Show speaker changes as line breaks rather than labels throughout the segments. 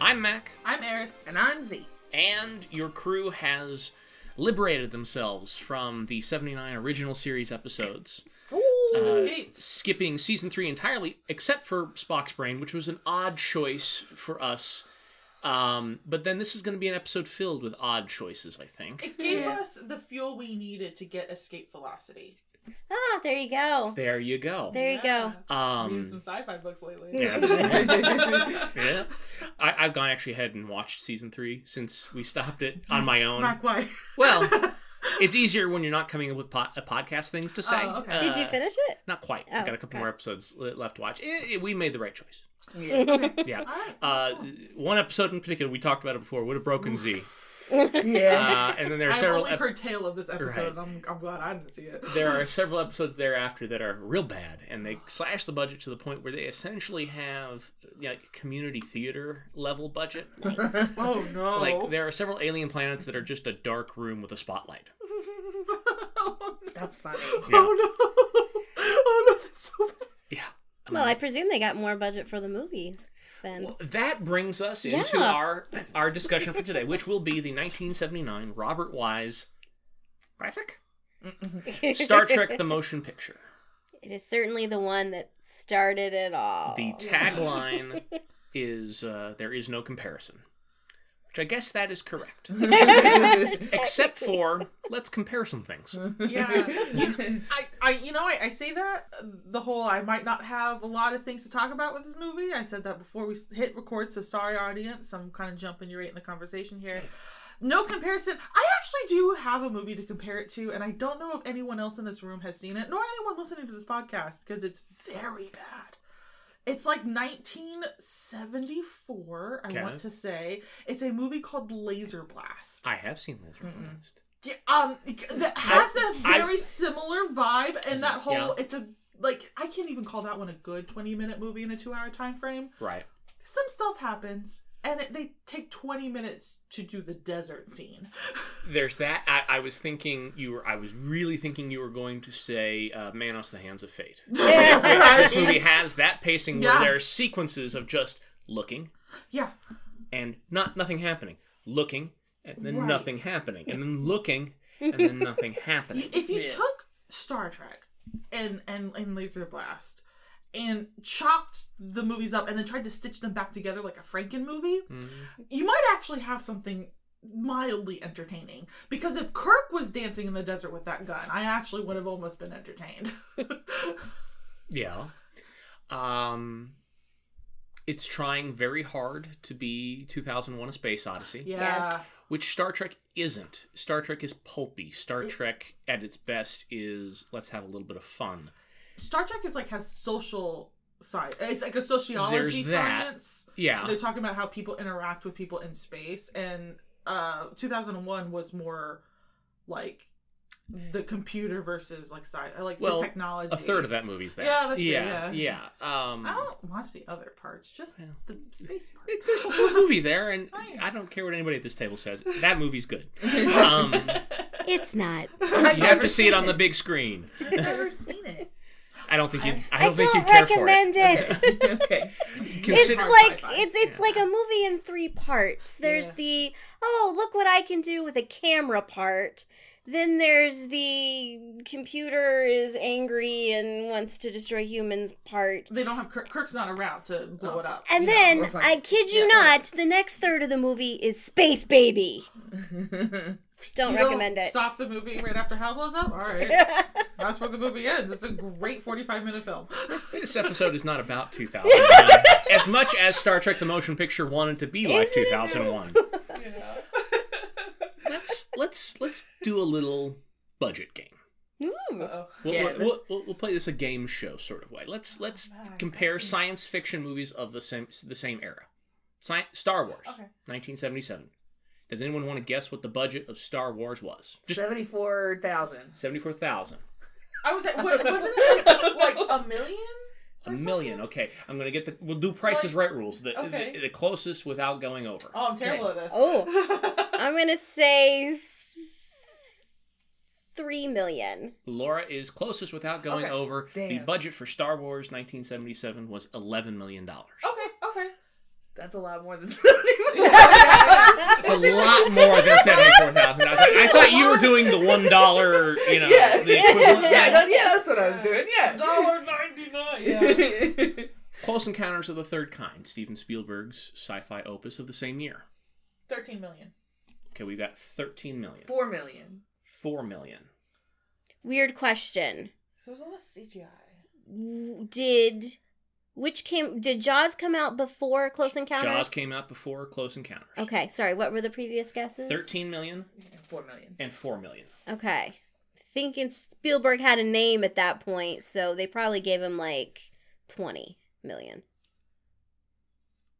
I'm Mac,
I'm Eris.
And I'm Z.
and your crew has liberated themselves from the 79 original series episodes,
Ooh,
uh,
escaped.
skipping season three entirely, except for Spock's Brain, which was an odd choice for us. Um, but then this is going to be an episode filled with odd choices, I think.
It gave us the fuel we needed to get escape velocity.
Ah, there you go.
There you go.
There you go.
Reading some
Um,
sci-fi books lately.
Yeah. yeah. I, I've gone actually ahead and watched season three since we stopped it on my own.
Mac, why?
Well, it's easier when you're not coming up with po- uh, podcast things to say.
Oh, okay.
Did you
Uh,
finish it?
Not quite.
Oh,
I've got a couple
okay.
more episodes le- left to watch. Eh, eh, we made the right choice. Yeah.
Alright,
Uh,
cool.
one episode in particular, we talked about it before, would have broken Z.
Yeah.
Uh, and then there are
I've
several
only
ep-
heard tale of this episode.
Right.
and I'm, I'm glad I didn't see it.
there are several episodes thereafter that are real bad, and they slash the budget to the point where they essentially have you know, like community theater level budget.
oh no!
Like there are several alien planets that are just a dark room with a spotlight.
oh no!
That's funny.
Yeah.
Oh no! Oh no! That's so bad.
yeah.
Well, I presume they got more budget for the movies then.
Well, that brings us into
Yeah.
our our discussion for today, which will be the 1979 Robert Wise classic Star Trek: The Motion Picture.
It is certainly the one that started it all.
The tagline is uh, "There is no comparison," which I guess that is correct, except for let's compare some things.
Yeah. You- I, I, you know, I, I say that uh, the whole I might not have a lot of things to talk about with this movie. I said that before we s- hit record, so sorry, audience. I'm kind of jumping you right in the conversation here. No comparison. I actually do have a movie to compare it to, and I don't know if anyone else in this room has seen it, nor anyone listening to this podcast, because it's very bad. It's like 1974, I
Okay.
want to say. It's a movie called Laser Blast.
I have seen Laser Blast.
Yeah, um that has a
I-
very similar vibe and that whole
Yeah.
it's a like i can't even call that one a good 20 minute movie in a two hour time frame
Right.
some stuff happens and it, they take 20 minutes to do the desert scene
There's that. I, I was thinking you were. I was really thinking you were going to say uh, "Manos: The Hands of Fate." this movie has that pacing where
Yeah.
there are sequences of just looking
yeah
and not nothing happening, looking and then
Right.
nothing happening, and then looking and then nothing happening.
if you took star trek and and and laser blast and chopped the movies up and then tried to stitch them back together like a franken movie you might actually have something mildly entertaining because if Kirk was dancing in the desert with that gun, I actually would have almost been entertained.
Yeah. Um, it's trying very hard to be 2001: A Space Odyssey,
yeah.
Yes.
which Star Trek isn't. Star Trek is pulpy. Star Trek at its best is let's have a little bit of fun.
Star Trek is like has social science. It's like a sociology
There's that.
science.
Yeah.
They're talking about how people interact with people in space and uh 2001 was more like the computer versus like sci like
Well,
the technology.
a third of that movie's that.
Yeah, that's true,
Yeah, yeah. Um,
I don't watch the other parts, just the space part.
It- There's a whole movie there, and I don't care what anybody at this table says. That movie's good. Um,
It's not.
you have to see it on the big screen.
I've never seen it.
I don't think you. I
I
don't
don't,
think you care for it.
recommend it.
okay.
it's
Consider,
like
sci-fi.
it's it's like a movie in three parts. There's
Yeah.
the oh look what I can do with a camera part. Then there's the computer is angry and wants to destroy humans part.
They don't have Kirk, Kirk's not around to blow it up.
And
you know.
then
we're fine.
I kid you
Yeah.
not, the next third of the movie is Space Baby. don't
You
recommend it.
Stop the movie right after Hal blows up. All right, that's where the movie ends. It's a great forty-five minute film.
This episode is not about 2000. as much as Star Trek: The Motion Picture wanted to be like
Isn't it
2001. let's let's let's do a little budget game.
Ooh.
We'll,
Yeah,
we'll-
this-
we'll, we'll, we'll play this a game show sort of way. Let's let's compare science fiction movies of the same the same era. Sci- Star Wars,
Okay.
1977. Does anyone want to guess what the budget of Star Wars was? Just
Seventy-four thousand.
74,000.
I was like, wait, wasn't it like, like a million?
A
Or
million. Okay, I'm gonna get the. We'll do Price is
Like-
Right rules. The,
okay.
the, the closest without going over.
Oh, I'm terrible at this.
Oh. I'm gonna say s- three million.
Laura is closest without going
Okay.
over. The
Damn.
budget for Star Wars 1977 was 11 million dollars.
okay, okay.
That's a lot more than seventy.
It's a lot more than 74,000. dollars. I thought you were doing the one dollar. You know,
Yeah.
the equivalent.
yeah, that, yeah, that's what I was doing. Yeah.
Dollar ninety nine. Yeah.
Yeah.
Close Encounters of the Third Kind, Steven Spielberg's sci-fi opus of the same year.
Thirteen million.
Okay, we got 13 million.
Four million.
4 million.
Weird question.
So there's a lot of CGI.
W- Did which came did Jaws come out before Close Encounters?
Jaws came out before Close Encounters.
Okay, sorry. What were the previous guesses?
13 million
Four million.
and 4 million.
Okay. Thinking Spielberg had a name at that point, so they probably gave him like 20 million.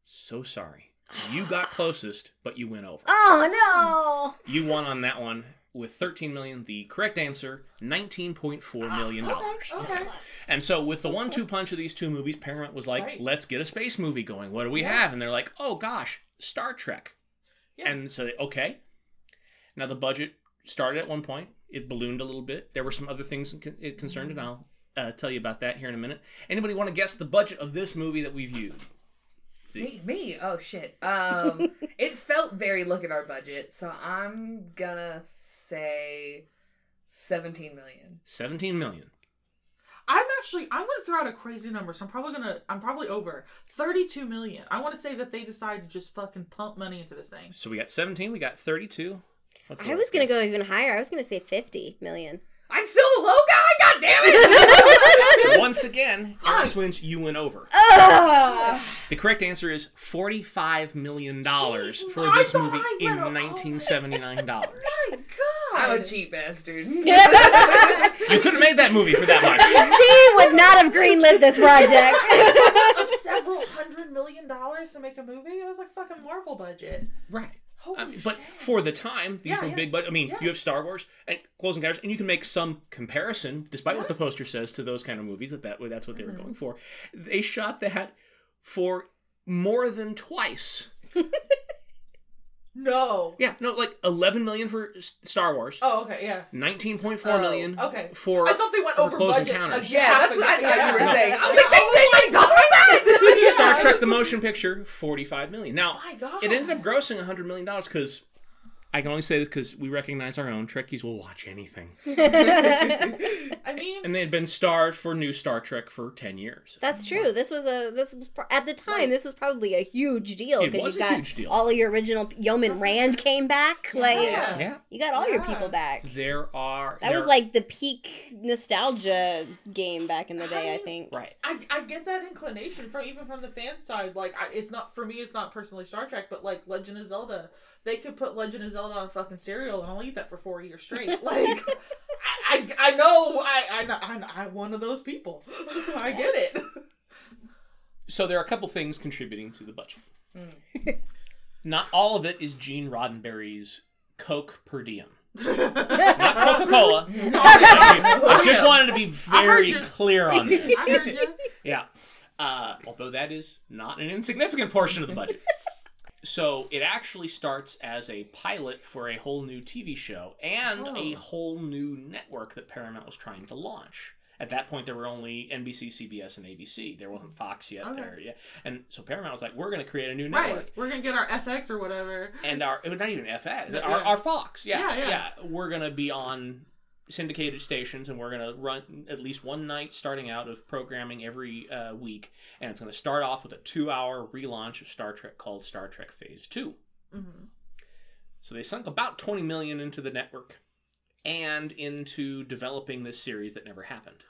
So sorry. You got closest, but you went over.
Oh
You won on that one with 13 million. The correct answer, 19.4 million dollars.
Oh,
Okay. okay.
And so with the one-two punch of these two movies, Paramount was like,
Right.
"Let's get a space movie going. What do we
Yeah.
have?" And they're like, "Oh gosh, Star Trek."
Yeah.
And so they, okay. Now the budget started at one point. It ballooned a little bit. There were some other things con- it concerned,
Mm-hmm.
and I'll uh, tell you about that here in a minute. Anybody want to guess the budget of this movie that we viewed?
Me, me. Oh shit. Um, it felt very look at our budget, so I'm gonna say seventeen million.
17 million.
I'm actually I'm gonna throw out a crazy number, so I'm probably gonna I'm probably over. Thirty two million. I wanna say that they decided to just fucking pump money into this thing.
So we got 17. We got 32. What's
no.
the
I was
last
going to
guess?
go even higher. I was going to say 50 million.
I'm still a low guy. God damn it!
Once again, Iris wins. You went over.
Oh!
The correct answer is forty-five million dollars
Jeez,
for
I
this
thought
movie
I
in
went over.
nineteen seventy-nine dollars.
My god.
I'm a cheap bastard.
you could have made that movie for that much.
Z would not have greenlit this project.
of several hundred million dollars to make a movie? That's like fucking Marvel budget.
Right.
Holy
I mean, Uh, but for the time, these
Yeah,
were
yeah.
big. But I mean,
Yeah.
you have Star Wars and Close Encounters, and you can make some comparison, despite what the poster says, to those kind of movies. That that that's what they
Mm-hmm.
were going for. They shot that for more than twice.
No.
Yeah. No, like eleven million for S- Star Wars.
Oh, okay, yeah.
Nineteen point
Oh,
four million
okay.
for
I thought they went
for
over
Close
budget
Encounters.
again.
yeah, that's what I thought you were
No.
saying. I was like,
Oh my
they, they, they
God.
doubled that!
Star
Yeah.
Trek the motion picture, 45 million. Now,
My God.
it ended up grossing 100 million dollars cuz I can only say this cuz we recognize our own Trekkies will watch anything.
Hmm. I mean,
And they had been starved for new Star Trek for 10 years.
That's true. This was a this was pro- at the time. This was probably a huge deal
It
because
was
you
a
got
huge deal.
all of your original Yeoman Rand came back. Like
Yeah.
yeah.
you got all your
Yeah.
people back.
There are
That
there-
was like the peak nostalgia game back in the day, I think.
right.
I, I get that inclination from even from the fan side. Like, I, it's not for me. It's not personally Star Trek, but like Legend of Zelda, they could put Legend of Zelda on fucking cereal, and I'll eat that for four years straight. Like, I, I, I know I I know- I'm, I'm one of those people. I get it.
So there are a couple things contributing to the budget.
Hmm.
Not all of it is Gene Roddenberry's Coke per diem. Not Coca-Cola. I just wanted to be very
you.
clear on this.
I heard you.
Yeah. Uh, although that is not an insignificant portion of the budget. so it actually starts as a pilot for a whole new TV show and
Oh.
a whole new network that Paramount was trying to launch. At that point, there were only NBC, CBS, and ABC. There wasn't Fox yet.
Okay.
There, yeah. And so Paramount was like, "We're going to create a new network."
Right. We're gonna get our FX or whatever.
and our it was not even FX, our,
Yeah.
our Fox, yeah, yeah,
Yeah, yeah.
we're gonna be on syndicated stations, and we're gonna run at least one night starting out of programming every uh, week, and it's gonna start off with a two-hour relaunch of Star Trek called Star Trek Phase Two.
Mhm.
So they sunk about twenty million into the network, and into developing this series that never happened.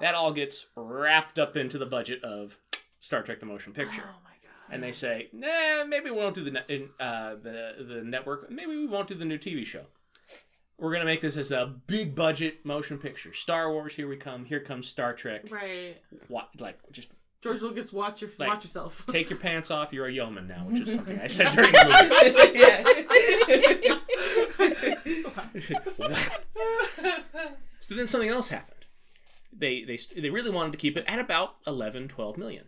That all gets wrapped up into the budget of Star Trek: The Motion Picture
Oh my god.
and they say, "Nah, maybe we won't do the ne- in, uh, the the network. Maybe we won't do the new TV show. We're gonna make this as a big budget motion picture. Star Wars, here we come. Here comes Star Trek.
Right.
What, like just
George Lucas, watch your
Like-
watch yourself.
Take your pants off. You're a yeoman now, which is something I said during the movie. so then something else happened. They they they really wanted to keep it at about 11, 12 million.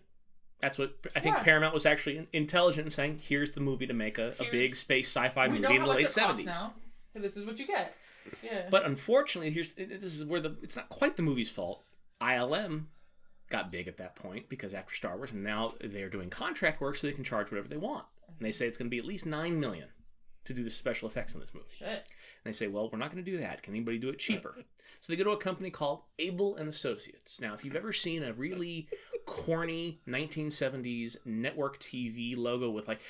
That's what I think
Yeah.
Paramount was actually in- intelligent in saying. Here's the movie to make a, a
Here's-
big space sci-fi
we
movie
know
in
how
the
much
late
it costs
seventies.
now. And this is what you get. Yeah.
But unfortunately, here's this is where the it's not quite the movie's fault. ILM got big at that point because after Star Wars, and now they're doing contract work, so they can charge whatever they want. And they say it's going to be at least nine million to do the special effects in this movie.
Shit.
And they say, well, we're not going to do that. Can anybody do it cheaper? so they go to a company called Able and Associates. Now, if you've ever seen a really corny 1970s network TV logo with like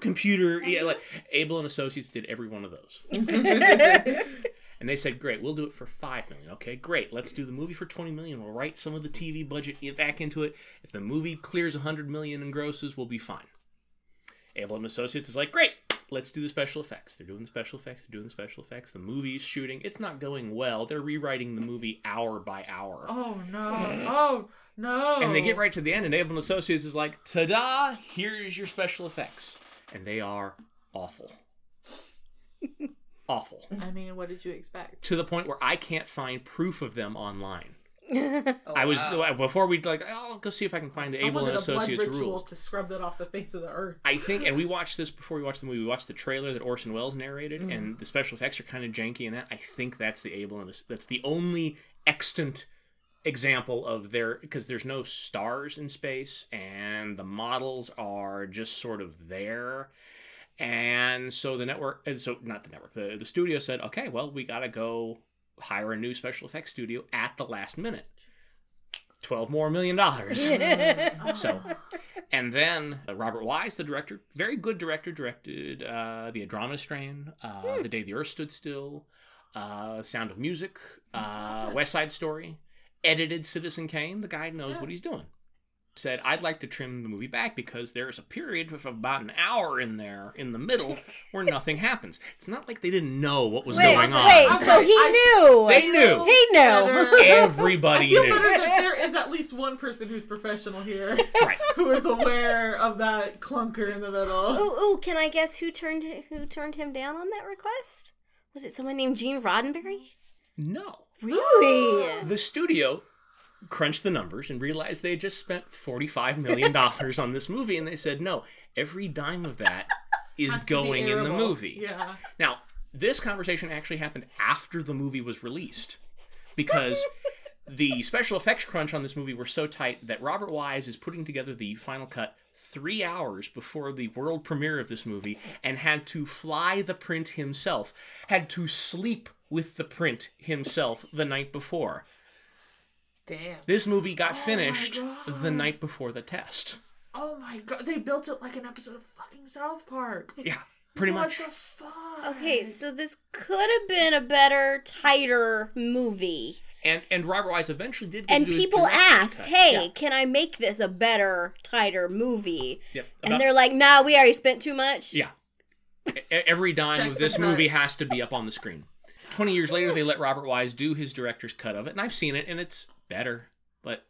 computer, yeah, like Able and Associates did every one of those. And they said, "Great, we'll do it for five million. Okay, great. Let's do the movie for twenty million. We'll write some of the TV budget i- back into it. If the movie clears hundred million and grosses, we'll be fine." Able and Associates is like, "Great, let's do the special effects. They're doing the special effects. They're doing the special effects. The movie's shooting. It's not going well. They're rewriting the movie hour by hour."
Oh no. Oh no.
And they get right to the end, and Able and Associates is like, "Ta da! Here's your special effects," and they are awful, awful
I mean, what did you expect?
to the point where I can't find proof of them online.
Oh,
I was
wow.
before we like "Oh, I'll go see if I can find the
Someone
Able
did
and
a blood
Associates
ritual
rules.
to scrub that off the face of the earth.
I think, and we watched this before we watched the movie. We watched the trailer that Orson Welles narrated, and the special effects are kind of janky in that. I think that's the Able and that's the only extant example of their because there's no stars in space, and the models are just sort of there. And so the network, and so not the network, the the studio said, okay, well, we gotta go hire a new special effects studio at the last minute. Twelve more million dollars.
Mm.
So, and then uh, Robert Wise, the director, very good director, directed uh, The Andromeda Strain, uh,
Hmm.
The Day the Earth Stood Still, uh, Sound of Music,
Hmm.
uh, West Side Story, edited Citizen Kane. The guy knows what he's doing. Said, I'd like to trim the movie back because there's a period of about an hour in there in the middle where nothing happens. It's not like they didn't know what was
Wait,
going on.
wait. So
Okay,
he
I-
knew.
They knew.
He knew.
Better- I
Everybody
feel
knew.
better that there is at least one person who's professional here
Right.
who is aware of that clunker in the
Oh,
middle.
Ooh, ooh, can I guess who turned who turned him down on that request? Was it someone named Gene Roddenberry?
No.
Really?
The studio crunched the numbers and realized they had just spent $45 million on this movie, and they said, no, every dime of that is
Has to be
going in the
arable.
movie.
Yeah.
Now, this conversation actually happened after the movie was released because the special effects crunch on this movie were so tight that Robert Wise is putting together the final cut three hours before the world premiere of this movie and had to fly the print himself, had to sleep with the print himself the night before.
Damn.
This movie got finished the night before the test.
Oh my god. They built it like an episode of fucking South Park.
Yeah, pretty
what
much.
the fuck?
Okay, so this could have been a better, tighter movie.
and and Robert Wise eventually did. get
And
to do his
people
director's
asked,
cut.
"Hey,
Yeah.
can I make this a better, tighter movie?"
Yep.
And
About-
they're like, "Nah, we already spent too much."
Yeah. E- Every dime
Checks
of this
my nut.
movie has to be up on the screen. 20 years later, they let Robert Wise do his director's cut of it, and I've seen it, and it's better. But,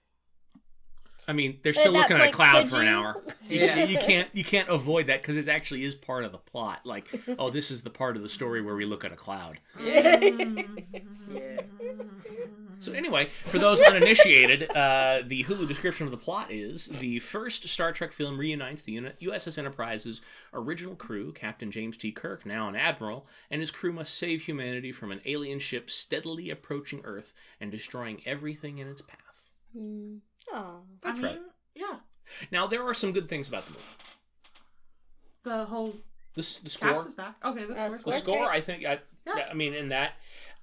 I mean, they're
But
still
at that
looking at a
point,
cloud
could
for an
you?
hour. You-
Yeah.
You, can't you can't avoid that because it actually is part of the plot. Like, oh, this is the part of the story where we look at a cloud.
Yeah.
So anyway, for those uninitiated, uh, the Hulu description of the plot is the first Star Trek film reunites the uni- USS Enterprise's original crew, Captain James T. Kirk, now an admiral, and his crew must save humanity from an alien ship steadily approaching Earth and destroying everything in its path.
Mm. Aw.
That's
I mean, yeah.
right. Now there are some good things about the movie.
The whole
The, s- the
cast
score,
is back. Okay, this
Uh,
works.
the
Score's
score,
great.
I think. I,
Yeah.
I mean, in that,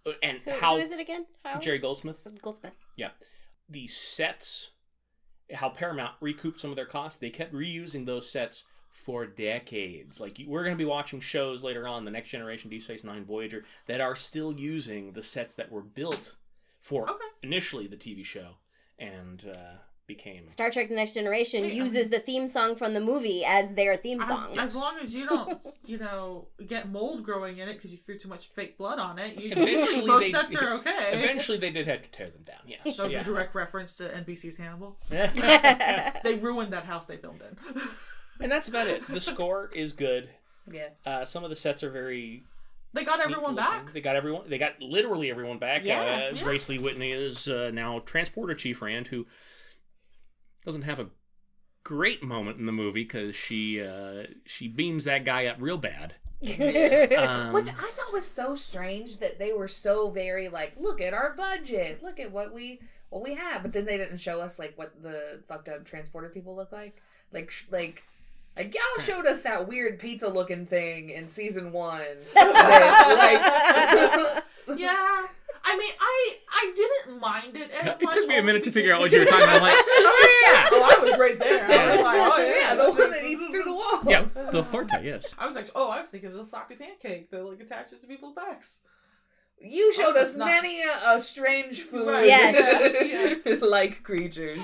uh, and
Who,
how
who is it again? Howard?
Jerry Goldsmith.
Goldsmith.
Yeah. The sets, how Paramount recouped some of their costs, they kept reusing those sets for decades. Like, you- we're going to be watching shows later on, The Next Generation, Deep Space Nine, Voyager, that are still using the sets that were built for
Okay.
initially the TV show and uh, became.
Star Trek The Next Generation
Wait,
uses the theme song from the movie as their theme
As,
song.
as long as you don't, you know, get mold growing in it because you threw too much fake blood on it, you
Eventually
usually most
they-
sets are okay.
Eventually, they did have to tear them down. Yes.
That was
Yeah.
a direct reference to NBC's Hannibal.
and
They ruined that house they filmed in.
that's about it. The score is good.
Yeah.
Uh, some of the sets are very.
they got
neat looking.
everyone back.
They got everyone. They got literally everyone back.
Yeah.
uh,
Yeah.
Grace Lee Whitney is uh, now transporter chief Rand, who doesn't have a great moment in the movie because she uh, she beams that guy up real bad. Um,
Which I thought was so strange that they were so very like, look at our budget, look at what we what we have, but then they didn't show us like what the fucked up transporter people look like, like sh- like. Like y'all showed us that weird pizza looking thing in season one.
Oh,
That, like,
Yeah. I mean, I I didn't mind it as
it
much.
took me a
only
minute to
because-
figure out what you were talking about. I'm like, oh yeah,
Oh, I was right there. I was like, oh yeah,
yeah, the one that eats through the walls.
yeah, the horta, yes.
I was like, oh, I was thinking of the floppy pancake that like attaches to people's backs.
You showed
Oh,
us
it's not-
many a, a strange food,
Right. Yes.
like creatures.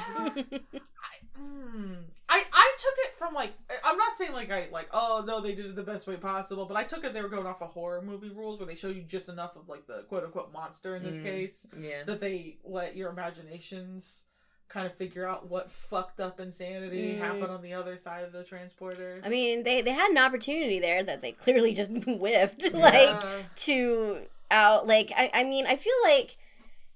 Mm. I I took it from like I- I'm not saying like I like oh no they did it the best way possible, but I took it they were going off of horror movie rules where they show you just enough of like the quote unquote monster in this
Mm.
case
Yeah,
that they let your imaginations kind of figure out what fucked up insanity
Mm.
happened on the other side of the transporter.
I mean, they, they had an opportunity there that they clearly just whiffed. Like,
Yeah.
to out like I, I mean I feel like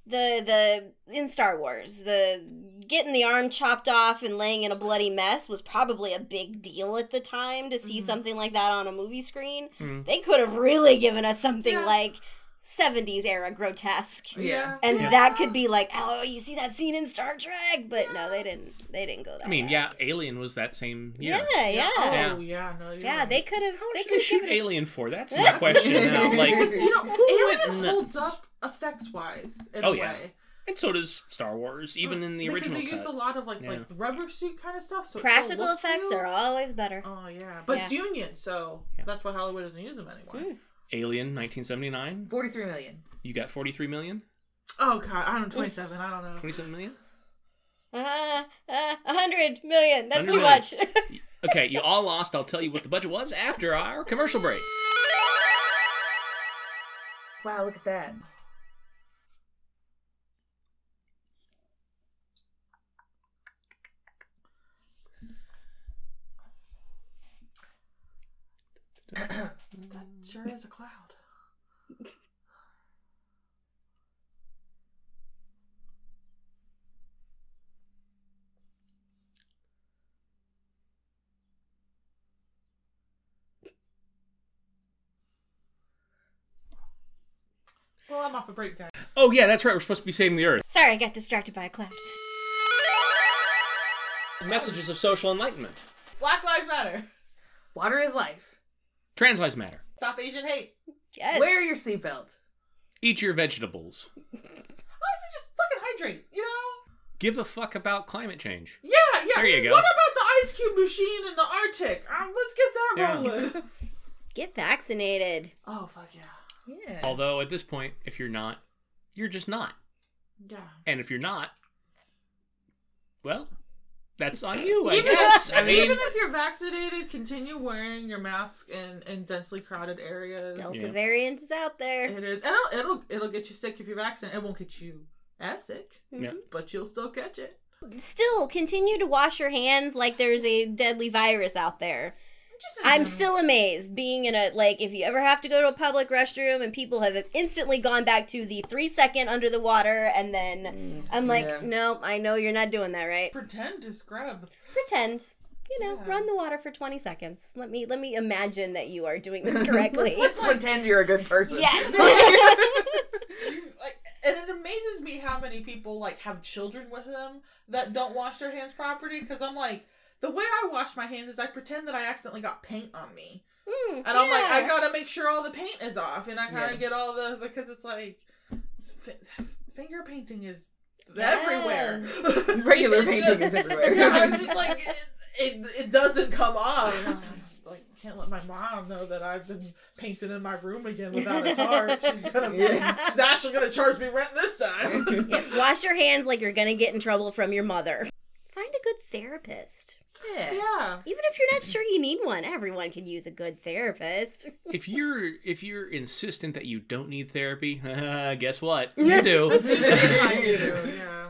the the in Star Wars the getting the arm chopped off and laying in a bloody mess was probably a big deal at the time to see
Mhm.
something like that on a movie screen.
Mhm.
They could have really given us something
Yeah.
like 70s era grotesque.
Yeah.
And that could be like, oh, you see that scene in Star Trek, but no, they didn't. They didn't go that.
I mean,
route.
yeah, Alien was that same year.
yeah, yeah, yeah.
Oh yeah, no. You're right.
they could have. They
They
could
shoot
have.
Alien for that's my question now. Like,
you know,
went
Alien
nuts?
holds up effects wise in
Oh,
a
yeah.
way.
and so does Star Wars, even in the
because
original
they used a
cut.
lot of like
Yeah.
like rubber suit kind of stuff. So it still
Practical
looks
effects
real.
are always better.
Oh yeah, but it's
Yeah.
union, so
Yeah.
that's why Hollywood doesn't use them anymore.
Mm.
Alien, 1979.
forty-three million.
You got 43 million,
Oh god, I don't twenty seven. I don't know.
27 million.
Uh, uh, 100 million. That's
100
too
million.
much.
Okay, you all lost. I'll tell you what the budget was after our commercial break.
Wow, look at that.
That sure is a cloud. Well, I'm off a break, guys.
Oh yeah, that's right. We're supposed to be saving the Earth.
Sorry, I got distracted by a cloud.
Messages of social enlightenment.
Black Lives Matter.
Water is life.
Trans lives matter.
Stop Asian hate.
Yes.
Wear your seatbelt.
Eat your vegetables.
Honestly, just fucking hydrate. You know.
Give a fuck about climate change.
Yeah, yeah.
There you go.
What about the ice cube machine in the Arctic? Um, let's get that
Yeah.
rolling.
Get vaccinated.
oh fuck yeah,
Yeah.
Although at this point, if you're not, you're just not.
yeah.
And if you're not, well, that's on you, I
Even
guess. I mean,
Even if you're vaccinated, continue wearing your mask in, in densely crowded areas.
Delta
Yeah.
variant is out there.
It is, and it'll, it'll it'll get you sick if you're vaccinated. It won't get you as sick,
Yeah.
but you'll still catch it.
Still, continue to wash your hands like there's a deadly virus out there.
Just
I'm still amazed being in a, like, if you ever have to go to a public restroom and people have instantly gone back to the three second under the water, and then I'm like,
Yeah.
no, I know you're not doing that right.
Pretend to scrub.
Pretend. You know,
Yeah.
run the water for 20 seconds. Let me let me imagine that you are doing this correctly.
Let's pretend you're a good person.
yes.
Like, and it amazes me how many people like have children with them that don't wash their hands properly. Because I'm like, the way I wash my hands is I pretend that I accidentally got paint on me.
Mm,
And I'm like, I
yeah.
gotta make sure all the paint is off, and I kind of
Yeah.
get all the because it's like f- finger painting is
Yes.
everywhere.
Regular
It
painting is
just-
everywhere.
Yeah, I'm just like it, it, it doesn't come off. And I'm like, can't let my mom know that I've been painting in my room again without a tarp. She's gonna,
Yeah.
she's actually gonna charge me rent this time.
Yes, wash your hands like you're gonna get in trouble from your mother. therapist.
Yeah.
Yeah.
Even if you're not sure you need one, everyone can use a good therapist.
If you're if you're insistent that you don't need therapy, guess what? You
That's
do.
usually the time you do, yeah.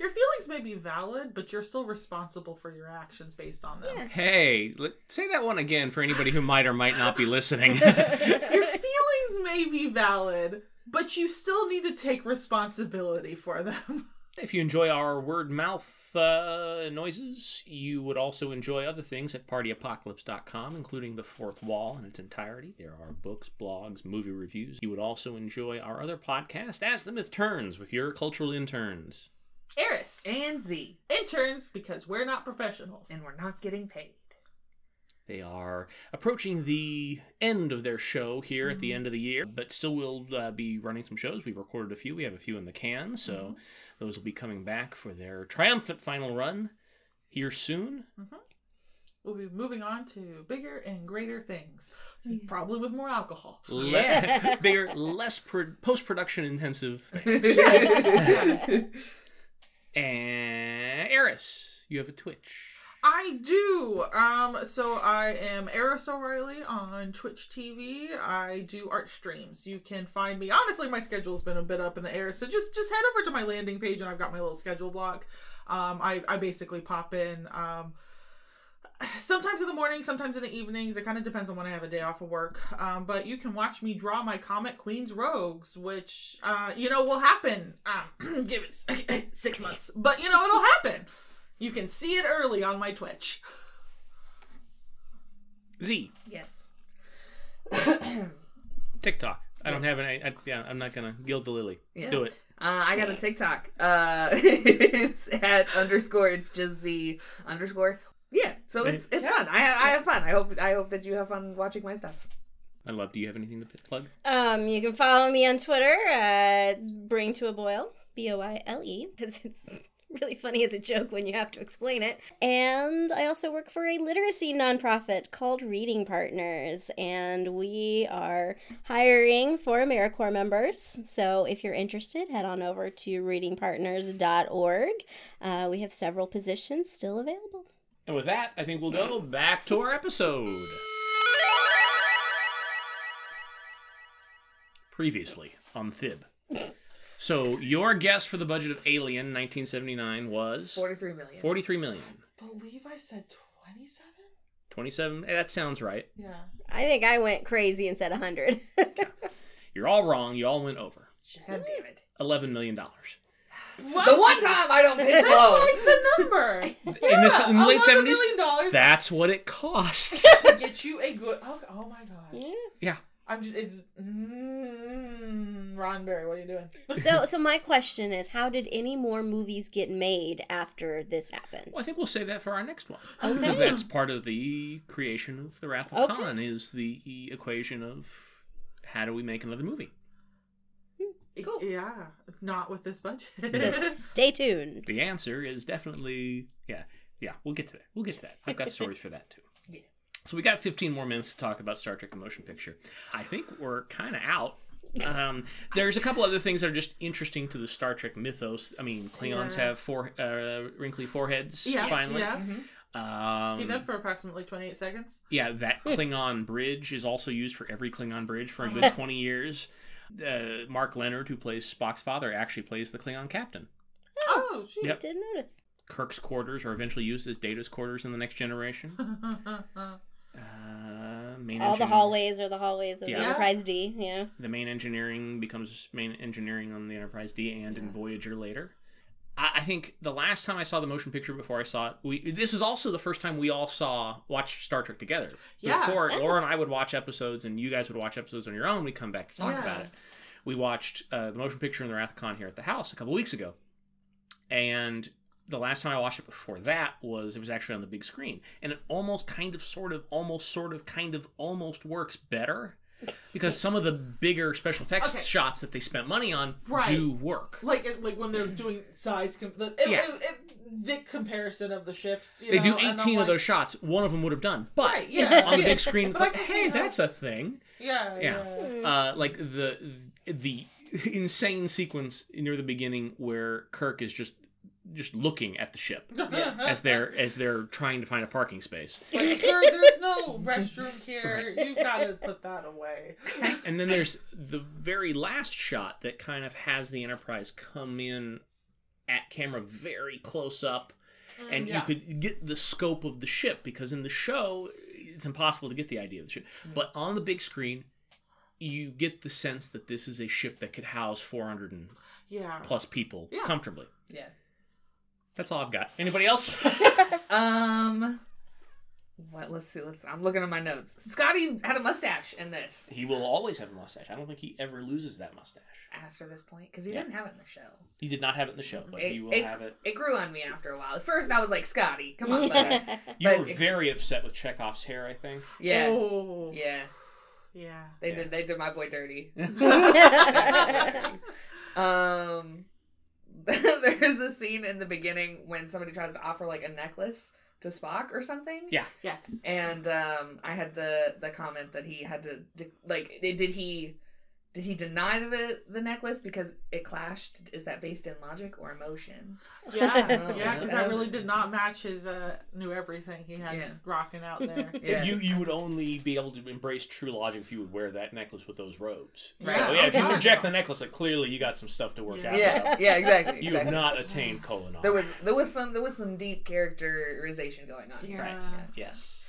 Your feelings may be valid, but you're still responsible for your actions based on them.
hey, let, say that one again for anybody who might or might not be listening.
Your feelings may be valid, but you still need to take responsibility for them.
If you enjoy our word mouth uh, noises, you would also enjoy other things at partyapocalypse.com, including The Fourth Wall in its entirety. There are books, blogs, movie reviews. You would also enjoy our other podcast, As the Myth Turns, with your cultural interns.
Eris,
And Z.
interns because we're not professionals.
And we're not getting paid.
They are approaching the end of their show here at the
Mm-hmm.
end of the year, but still will uh, be running some shows. We've recorded a few, we have a few in the can, so
Mm-hmm.
those will be coming back for their triumphant final run here soon.
We'll be moving on to bigger and greater things, probably with more alcohol.
Le-
Yeah.
bigger, less pro- post production intensive thing.
Yes.
And Eris, you have a Twitch.
I do. Um, so I am Eris O'Reilly on Twitch TV. I do art streams. You can find me. Honestly, my schedule's been a bit up in the air, so just just head over to my landing page, and I've got my little schedule block. Um, I I basically pop in. Um, sometimes in the morning, sometimes in the evenings. It kind of depends on when I have a day off of work. Um, but you can watch me draw my comic Queens Rogues, which uh, you know will happen. Um, give it s- six months, but you know it'll happen. You can see it early on my Twitch.
Z,
yes.
TikTok. I don't have any. I, yeah, I'm not gonna gild the lily.
Yeah.
Do it.
Uh, I got a TikTok. Uh, it's at underscore. It's just Z underscore. Yeah. So it's it's fun. I I have fun. I hope I hope that you have fun watching my stuff.
I love. Do you have anything to p- plug?
Um, you can follow me on Twitter at bring to a boil, B O I L E, because it's really funny as a joke when you have to explain it. And I also work for a literacy nonprofit called Reading Partners, and we are hiring for AmeriCorps members. So if you're interested, head on over to readingpartners.org. Uh, we have several positions still available.
And with that, I think we'll go back to our episode. Previously on Thib. So your guess for the budget of Alien 1979 was
Forty three million.
43 million.
believe I said 27?
27. eh, That sounds right.
Yeah.
I think I went crazy and said 100.
You're all wrong. You all went over.
God damn it.
11 million dollars.
The one time I don't pitch low.
That's like the number.
in the, s- in the late
$11
seventies,
million dollars
that's what it costs.
to get you a good. Oh, oh my god.
yeah,
I'm just. It's. Mm, Ron Berry, what are you doing?
so so my question is how did any more movies get made after this happened
well, I think we'll save that for our next one because that's part of the creation of the Wrath of
Okay.
Khan is the equation of how do we make another movie?
Cool. Yeah. Not with this budget.
so stay tuned
The answer is definitely yeah, yeah. We'll get to that. We'll get to that. I've got stories for that too.
Yeah.
So we got 15 more minutes to talk about Star Trek: The Motion Picture. I think we're kind of out. Um, there's a couple other things that are just interesting to the Star Trek mythos. I mean, Klingons
Yeah.
have four uh, wrinkly foreheads.
yeah.
finally.
Yeah.
Um,
See that for approximately 28 seconds?
yeah, that
Hmm.
Klingon bridge is also used for every Klingon bridge for a good 20 years. Uh, Mark Leonard, who plays Spock's father, actually plays the Klingon captain.
Oh, shit.
Yep.
didn't notice
Kirk's quarters are eventually used as Data's quarters in the next generation. Uh, main
all the
engineer-
hallways are the hallways of
Yeah.
the enterprise d yeah
The main engineering becomes main engineering on the Enterprise D and in Voyager later. I, I think the last time I saw the motion picture before I saw it, we this is also the first time we all saw watched Star Trek together.
Yeah.
Before Laura and I would watch episodes, and you guys would watch episodes on your own. We come back to talk
Yeah.
about it. We watched uh, the motion picture and the Wrath of Khan here at the house a couple weeks ago, and the last time I watched it before that was it was actually on the big screen, and it almost kind of sort of almost sort of kind of almost works better because some of the bigger special effects
Okay.
shots that they spent money on
Right.
do work.
Like it, like when they're doing size, com- the, it,
Mm-hmm. Yeah.
it, it- dick comparison of the ships. You
They
know,
do
and I'm
18 of
like-
those shots. One of them would have done, but
Right, yeah.
on the
yeah.
big screen, it's
But I
like,
can see
hey,
how-
that's a thing.
Yeah,
Yeah.
yeah.
Uh, like the the insane sequence near the beginning where Kirk is just just looking at the ship
Yeah.
as they're as they're trying to find a parking space.
Like, sir, there's no restroom here. You've got to put that away.
And then there's the very last shot that kind of has the Enterprise come in at camera very close up
Mm,
and
Yeah.
you could get the scope of the ship because in the show it's impossible to get the idea of the ship
Mm.
but on the big screen you get the sense that this is a ship that could house 400 and
Yeah.
plus people
Yeah.
comfortably
Yeah.
that's all i've got anybody else
Um. What? Let's see. Let's. I'm looking at my notes. Scotty had a mustache in this
he will always have a mustache i don't think he ever loses that mustache
after this point because he
Yeah.
didn't have it in the show.
he did not have it in the show but he will
it,
have it
It grew on me after a while. At first, I was like, Scotty, come on, buddy.
Right. you
But
were
it-
very upset with chekhov's hair i think
yeah,
Oh.
yeah.
Yeah.
They
Yeah.
did. They did my boy dirty.
yeah.
um, there's a scene in the beginning when somebody tries to offer like a necklace to Spock or something.
Yeah.
Yes.
And um, I had the the comment that he had to de- like. Did did he? Did he deny the the necklace because it clashed? Is that based in logic or emotion?
Yeah. Yeah.
Oh,
Because
that's-
that really did not match his uh, new everything he had
Yeah.
rocking out there.
Yeah.
You you would only be able to embrace true logic if you would wear that necklace with those robes.
Right.
So, Oh, yeah, if you
Okay.
reject the necklace, like clearly you got some stuff to work
Yeah.
out.
yeah, yeah, exactly.
You
exactly.
have not attained colon.
There was there was some there was some deep characterization going on here.
Right.
Yeah.
Yes.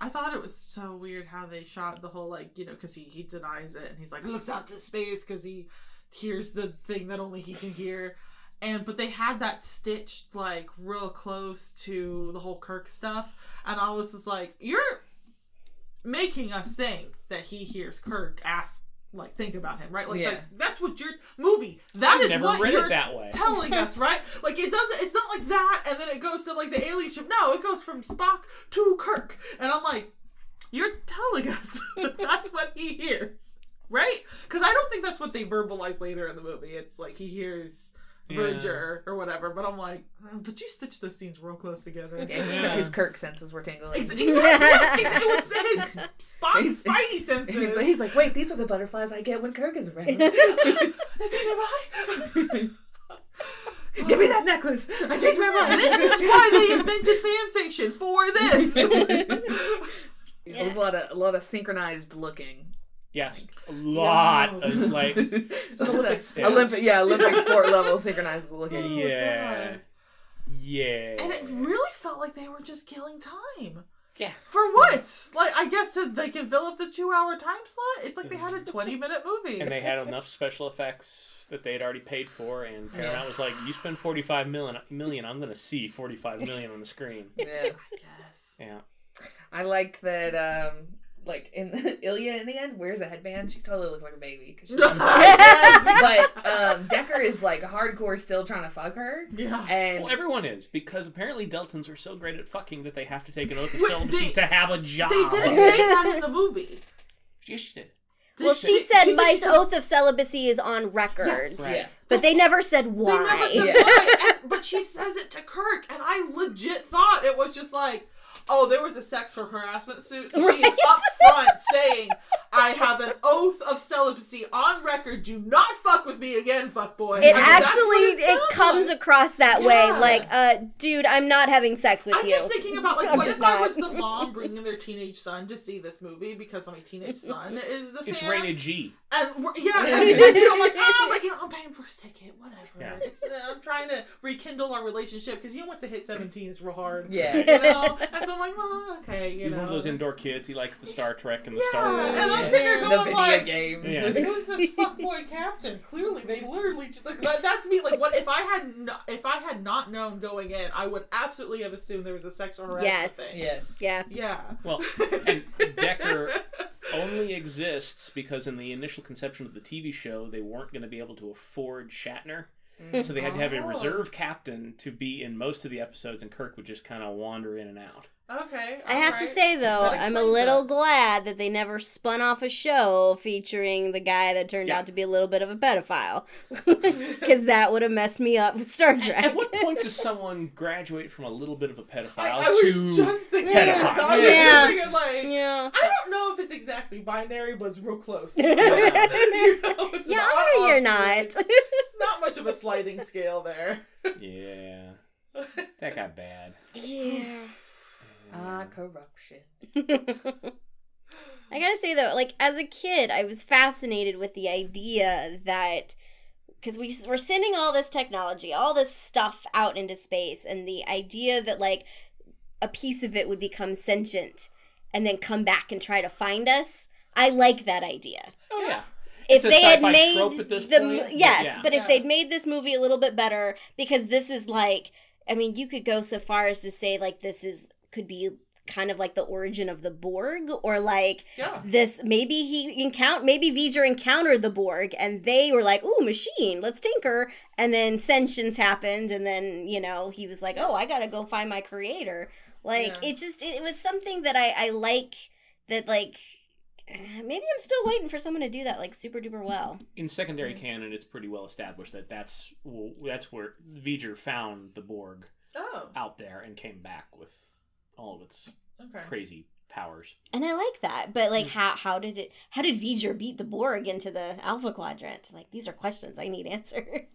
I thought it was so weird how they shot the whole like you know because he he denies it and he's like looks out to space because he hears the thing that only he can hear, and but they had that stitched like real close to the whole Kirk stuff, and I was just like you're making us think that he hears Kirk ask like think about him right like,
Yeah.
like, that's what your movie that
I've
is
never
what
read
you're
it that way.
telling us, right? Like it doesn't. It's not like that, and then it goes to like the alien ship. No, it goes from Spock to Kirk, and I'm like, you're telling us that that's what he hears, right? Because I don't think that's what they verbalize later in the movie. It's like he hears. Verger or whatever, but I'm like, mm, but you stitch those scenes real close together.
Yeah, his,
Yeah.
his Kirk senses were tingling.
Ex- Exactly. yes, ex- it was his Spock,
He's-
Spidey senses.
He's like, he's like, wait, these are the butterflies I get when Kirk is around.
Is he nearby?
Give me that necklace. I changed my mind.
this is why they invented fan fiction for this.
There was a lot of a lot of synchronized looking.
Yes. A lot
Wow.
of like
It's an Olympic
sport.
Olympic, yeah, Olympic sport level synchronized looking.
yeah. Yeah.
and it really felt like they were just killing time.
Yeah.
For what? Like, I guess so they can fill up the two hour time slot. It's like they had a 20 minute movie.
Mm-hmm. And they had enough special effects that they had already paid for, and Paramount was like, "You spend forty-five million, million, I'm gonna see forty-five million on the screen."
Yeah.
yes.
Yeah,
I liked that. um Like in Ilya, in the end, wears a headband. She totally looks like a baby. 'cause she's-
Yes.
but um, Decker is like hardcore, still trying to fuck her.
Yeah.
And
well, everyone is because apparently Deltons are so great at fucking that they have to take an oath of
Wait,
celibacy
they-
to have a job.
They didn't say that in the movie.
Yes, she did.
Did
Well, she said
she
my
she said-
oath of celibacy is on record,
Yes.
Right.
yeah.
but they never said
They
why.
never said
Yeah.
why, and- but she says it to Kirk, and I legit thought it was just like, oh, there was a sex or harassment suit, so she's up front saying, I have an oath of celibacy on record. Do not fuck with me again, fuckboy.
It
I mean, that's what
actually it,
sounds
comes
like.
across that way,
Yeah.
like, uh, dude, I'm not having sex with
I'm
you.
just thinking about like
I'm
what
just
if I
not.
was the mom bringing their teenage son to see this movie because my teenage son is the fan.
It's rated G.
And we're, yeah, and, and, you know, I'm like, ah, but you know, I'm paying for his ticket, whatever.
Yeah.
It's, uh, I'm trying to rekindle our relationship because you know, once they hit 17, it's real hard.
Yeah.
You know? And so I'm like, well, okay, you
He's
know.
one of those indoor kids. He likes the Star Trek and the
Yeah,
Star Wars.
and I'm
Yeah.
sitting there
the
going
video
like-
games.
Yeah.
Who's this fuckboy captain? Clearly, they literally just like that, that's me. Like, what if I had no, if I had not known going in, I would absolutely have assumed there was a sexual harassment
Yes.
thing.
Yeah.
yeah,
Yeah.
Well, and Decker only exists because in the initial conception of the TV show, they weren't going to be able to afford Shatner. So they had to have a
Oh.
reserve captain to be in most of the episodes, and Kirk would just kind of wander in and out.
Okay.
I have to
alright.
say though,
That
I'm a
explains
little
it.
glad that they never spun off a show featuring the guy that turned
Yeah.
out to be a little bit of a pedophile, because that would have messed me up with Star Trek.
At what point does someone graduate from a little bit of a pedophile
I, I was
to
just thinking. that. I was just
Yeah.
thinking, like,
yeah.
I don't know if it's exactly binary, but it's real close. You know, it's
Yeah,
an
I know you're
odd-off
not.
scale. It's not much of a sliding scale there.
Yeah. That got bad.
Yeah. Uh,
Ah, corruption.
I gotta say though, like as a kid, I was fascinated with the idea that because we we're sending all this technology, all this stuff out into space, and the idea that like a piece of it would become sentient and then come back and try to find us. I like that idea.
Oh yeah.
If
It's a
they had
sci-fi
made
trope at this
the
point, but
yes,
yeah.
but if
Yeah.
they'd made this movie a little bit better, because this is like, I mean, you could go so far as to say like this is could be kind of like the origin of the Borg, or like
Yeah.
this maybe he encountered maybe V'ger encountered the Borg and they were like, "Ooh, machine, let's tinker." And then sentience happened and then, you know, he was like, "Oh, I got to go find my creator." Like
Yeah.
it just it was something that I I like that like eh, maybe I'm still waiting for someone to do that like super duper well.
In secondary
Mm.
canon, it's pretty well established that that's well, that's where V'ger found the Borg
Oh.
out there and came back with all of its
Okay.
crazy powers.
And I like that. But like how how did it how did V'ger beat the Borg into the Alpha Quadrant? Like these are questions I need answered.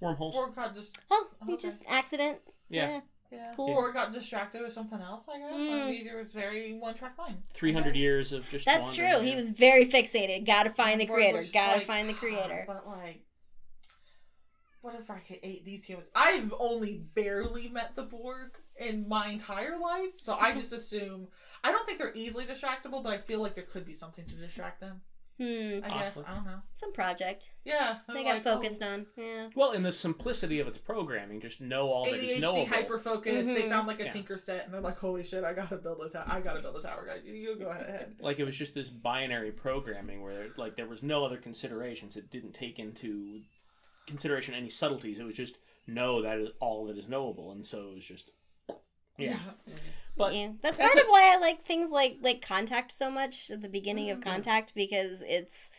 Wormholes.
Or got just
oh,
Okay.
you just accident.
yeah.
yeah.
Cool.
Or got distracted with something else. I guess.
Mm.
Like, Major was very one track mind. I
300
guess.
years of just
That's
wandering,
true. He
yeah.
was very fixated. Gotta find the
Borg
creator.
was just
Gotta
like,
find the
"Ah,
creator.
But like, what if I could eat these humans? I've only barely met the Borg in my entire life, so I just assume. I don't think they're easily distractible, but I feel like there could be something to distract them.
Hmm.
I guess
Possibly.
I don't know.
Some project
Yeah,
they
I'm
got
like,
focused
oh,
on. Yeah.
Well, in the simplicity of its programming, just know all that is knowable.
ADHD hyper focus. They
Mhm.
found like a
Yeah.
tinker set, and they're like, "Holy shit! I gotta build a tower. I gotta build a tower, guys. You, you go ahead."
Like it was just this binary programming where there, like there was no other considerations. It didn't take into consideration any subtleties. It was just know that is all that is knowable, and so it was just yeah. But
yeah. That's,
that's
part
a-
of why I like things like like contact so much at the beginning
Mm-hmm.
of contact because it's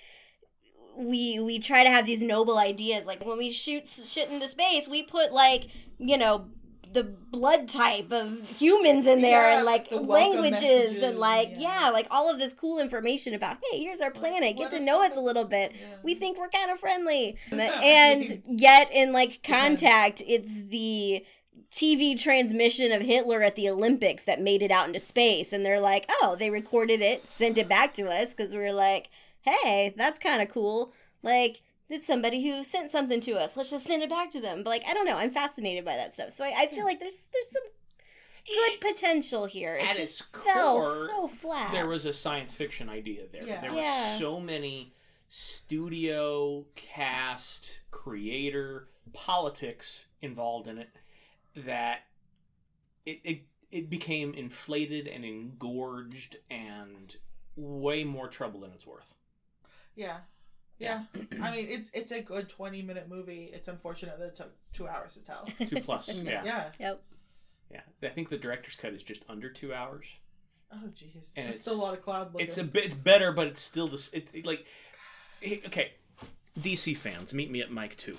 we we try to have these noble ideas like when we shoot s- shit into space we put like you know the blood type of humans in there
Yeah,
and like
the welcome
languages
messages,
and like
yeah.
yeah. like all of this cool information about hey here's our planet
what
get to
if
know us a
something-
little bit
Yeah.
we think we're kind of friendly and yet in like contact it's the tv transmission of hitler at the olympics that made it out into space and they're like oh they recorded it sent it back to us because we were like hey that's kind of cool like it's somebody who sent something to us let's just send it back to them but like i don't know i'm fascinated by that stuff so i, I feel like there's there's some good potential here it
At
just
its
fell
core,
so flat
there was a science fiction idea there.
Yeah.
There
Yeah.
were so many studio, cast, creator, politics involved in it that it it, it became inflated and engorged and way more trouble than it's worth.
Yeah. Yeah. I mean, it's it's a good 20 minute movie. It's unfortunate that it took two hours to tell.
Two plus. yeah. yeah.
Yeah.
yep
I think the director's cut is just under two hours.
Oh, jeez.
And
There's
it's-
still a lot of cloud looking.
It's a bit, it's better, but it's still this. It, it like, it- okay, DC fans, meet me at Mike two.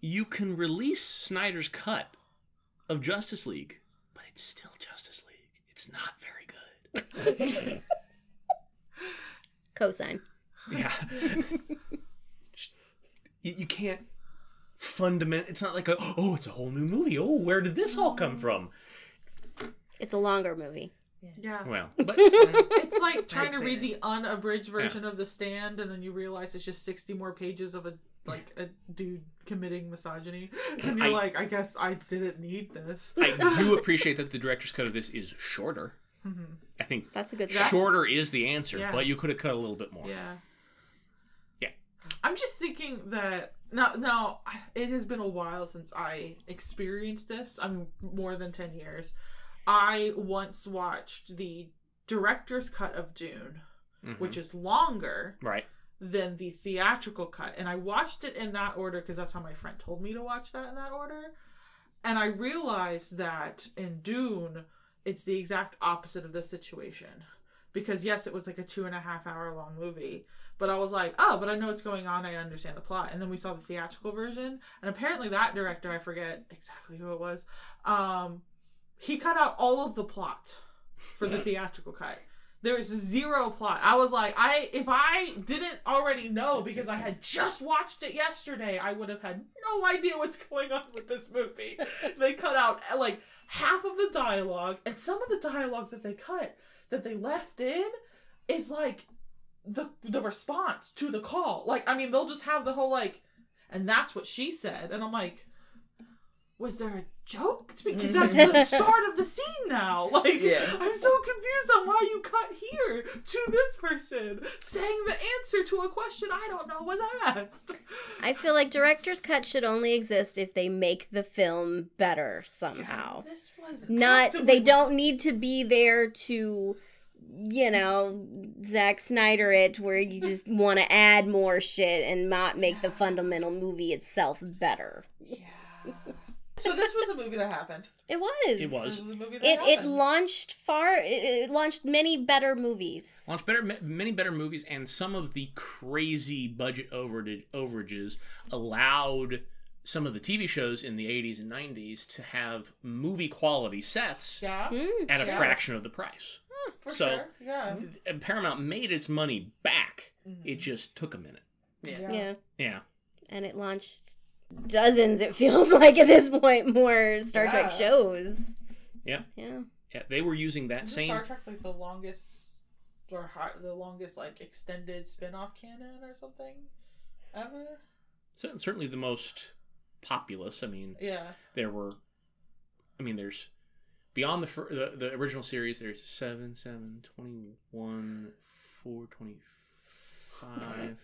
you can release Snyder's cut of Justice League, but it's still Justice League. It's not very good.
cosine
Yeah, you, you can't fundament. It's not like a oh, it's a whole new movie. Oh, where did this all come from?
it's a longer movie
yeah.
Well, but
It's like trying to
That's
read the unabridged version of The Stand, and then you realize it's just 60 more pages of a like a dude committing misogyny, and you're
I-
like, I guess I didn't need this.
I do appreciate that the director's cut of this is shorter. I think
that's a good sign.
shorter is the answer,
Yeah.
but you could have cut a little bit more.
Yeah.
Yeah.
I'm just thinking that now, now it has been a while since I experienced this. I mean, more than 10 years. I once watched the director's cut of Dune,
Mhm.
which is longer
right.
than the theatrical cut. And I watched it in that order because that's how my friend told me to watch that in that order. And I realized that in Dune, it's the exact opposite of this situation. Because yes, it was like a two and a half hour long movie, but I was like, oh, but I know what's going on. I understand the plot. And then we saw the theatrical version, and apparently that director, I forget exactly who it was, um, he cut out all of the plot for the theatrical cut. There's zero plot. I was like, I if I didn't already know because I had just watched it yesterday, I would have had no idea what's going on with this movie. they cut out eh, like half of the dialogue, and some of the dialogue that they cut that they left in is like the the response to the call. Like, I mean, they'll just have the whole like, and that's what she said, and I'm like, was there a joke? Because
Mm-hmm.
that's the start of the scene now. Like,
Yeah.
I'm so confused on why you cut here to this person saying the answer to a question I don't know was asked.
I feel like director's cut should only exist if they make the film better somehow.
This was
Not
actively-
they don't need to be there to you know, Zack Snyder it where you just want to add more shit and not make the fundamental movie itself better.
Yeah. So this was a movie that happened.
It was.
It was.
This is a movie that
It it
happened.
launched far it, it launched many better movies.
Launched better, ma- many better movies, and some of the crazy budget overage, overages allowed some of the TV shows in the 80s and 90s to have movie quality sets
yeah,
Mm.
at a
yeah.
fraction of the price.
for
so-
sure. Yeah.
And Paramount made its money back.
Mm-hmm.
It just took a minute.
Yeah.
Yeah.
And it launched dozens it feels like at this point more Star Trek
Yeah.
shows.
Yeah.
Yeah.
Yeah, they were using that
Isn't
same
Star Trek like the longest or hi- the longest like extended spin-off canon or something ever?
cer- certainly the most populous. I mean,
Yeah.
there were I mean, there's beyond the fir- the, the original series there's 7 7 21 4 25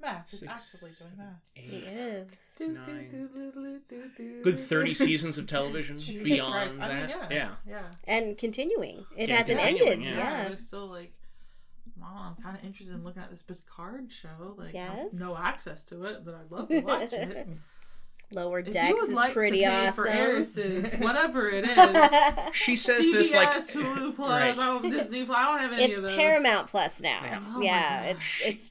Math is
Six,
actively doing math.
It
8
is.
good 30 seasons of television
Jesus
beyond
Christ.
that.
I mean, yeah.
yeah.
Yeah.
And continuing. It
Yeah,
hasn't
continuing,
ended.
yeah.
Yeah.
They're still like, Mom, I'm kind of interested in looking at this Picard show. Like, I have
Yes.
no access to it, but I'd love to watch it.
Lower
If you
Decks
would
is
like to
pretty
pay For
awesome.
Heiresses, whatever it is.
She says
CBS,
this like
Hulu Plus,
Right.
I don't Disney Plus, I don't have any
it's
of those.
Paramount Plus now.
Yeah.
Yeah,
Oh my
it's it's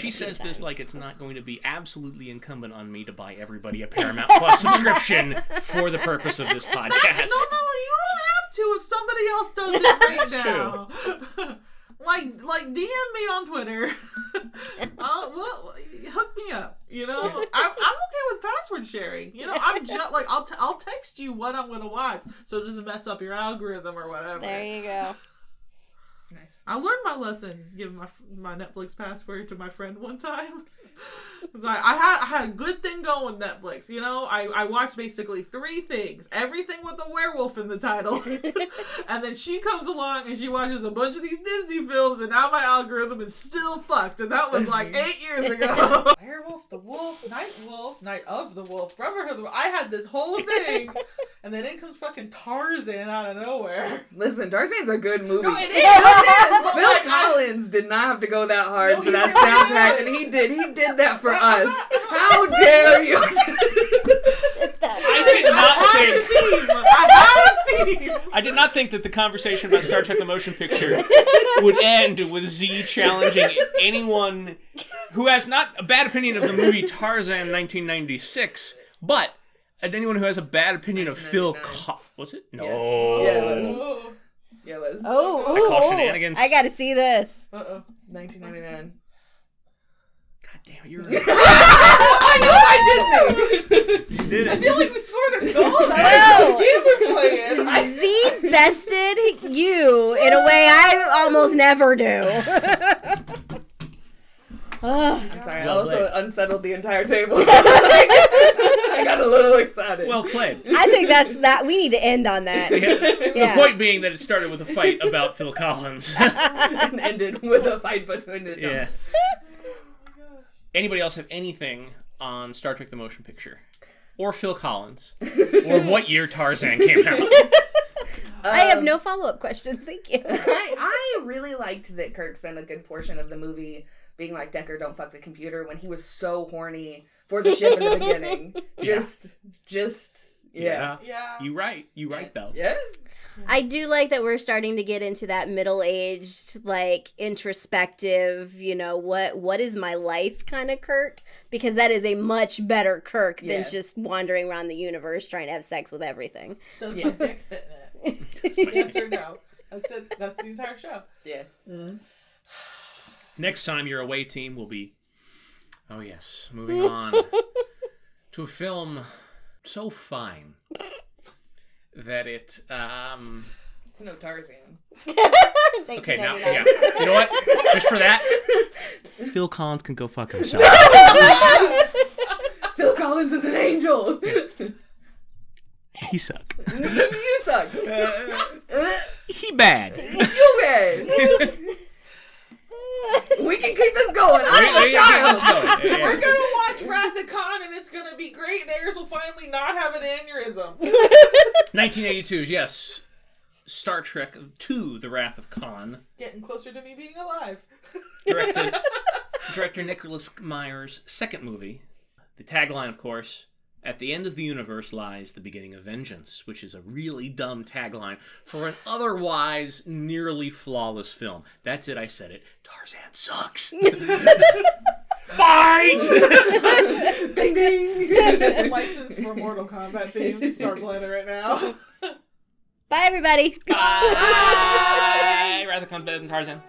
She
a few
says this
times.
like it's not going to be absolutely incumbent on me to buy everybody a Paramount Plus subscription for the purpose of this podcast.
No, no, you don't have to if somebody else does it right now. like, like DM me on Twitter. uh, well, hook me up. You know, I'm, I'm okay with password sharing. You know, I'm just like I'll t- I'll text you what I'm gonna watch so it doesn't mess up your algorithm or whatever.
There you go.
Nice.
I learned my lesson giving my my Netflix password to my friend one time. It's like I had I had a good thing going with Netflix, you know. I, I watched basically three things, everything with a werewolf in the title, and then she comes along and she watches a bunch of these Disney films, and now my algorithm is still fucked, and that was like eight years ago. Werewolf, the wolf, night wolf, night of the wolf, brotherhood. Of the wolf. I had this whole thing, and then in comes fucking Tarzan out of nowhere.
Listen, Tarzan's a good movie.
No, it is. It is. but,
Phil
like, I-
Collins did not have to go that hard
No,
for
he
that soundtrack,
really
and he did. He did that for us. How dare you?
I did not
I had
think
a theme. I had a theme.
I did not think that the conversation about Star Trek the Motion Picture would end with Z challenging anyone who has not a bad opinion of the movie Tarzan 1996, but anyone who has a bad opinion of Phil
1999.
Co- was it? No.
Yeah, it was.
Oh.
Yeah, Liz.
Oh,
I call
ooh, ooh.
shenanigans.
I gotta see this.
Uh-oh.
1999.
God damn, you're
I know my Disney.
you did
I
it.
feel like we scored a goal.
Wow.
I game we're playing.
Z bested you in a way I almost never do. Ugh.
I'm sorry. I
Well
also
played.
unsettled the entire table. I got a little excited.
Well played.
I think that's that. We need to end on that.
The point being that it started with a fight about Phil Collins.
and ended with a fight between the yeah.
yes. Anybody else have anything on Star Trek the Motion Picture? Or Phil Collins? or what year Tarzan came out?
Um,
I have no follow up questions. Thank you.
I, I really liked that Kirk spent a good portion of the movie being like Decker, don't fuck the computer when he was so horny for the ship in the beginning. Just, just, yeah,
Yeah.
You right. You right though.
yeah.
I do like that we're starting to get into that middle aged, like introspective, you know, what what is my life kind of Kirk? Because that is a much better Kirk
Yeah.
than just wandering around the universe trying to have sex with everything.
Does
Yeah.
my dick fit in it?
That's my-
Yes or no? That's it. That's the entire show.
Yeah.
Next time your away team will be. Oh, yes. Moving on to a film so fine that it. Um,
It's no Tarzan.
Thank
okay,
you,
now.
Nadia.
Yeah. You know what? Just for that, Phil Collins can go fuck himself.
Phil Collins is an angel.
he suck.
you suck.
He bad.
you bad. We can keep this going. I'm a child.
We're gonna watch Wrath of Khan and it's gonna be great. And Ayers will finally not have an aneurysm.
1982, yes. Star Trek II: The Wrath of Khan,
Getting closer to me being alive.
directed director Nicholas Meyer's second movie. The tagline, of course, "At the end of the universe lies the beginning of vengeance," which is a really dumb tagline for an otherwise nearly flawless film. That's it, I said it. Tarzan sucks. Fight!
Ding ding.
License for Mortal Kombat themes. Start playing it right now.
Bye, everybody.
Bye. Wrath of Khan's better than Tarzan.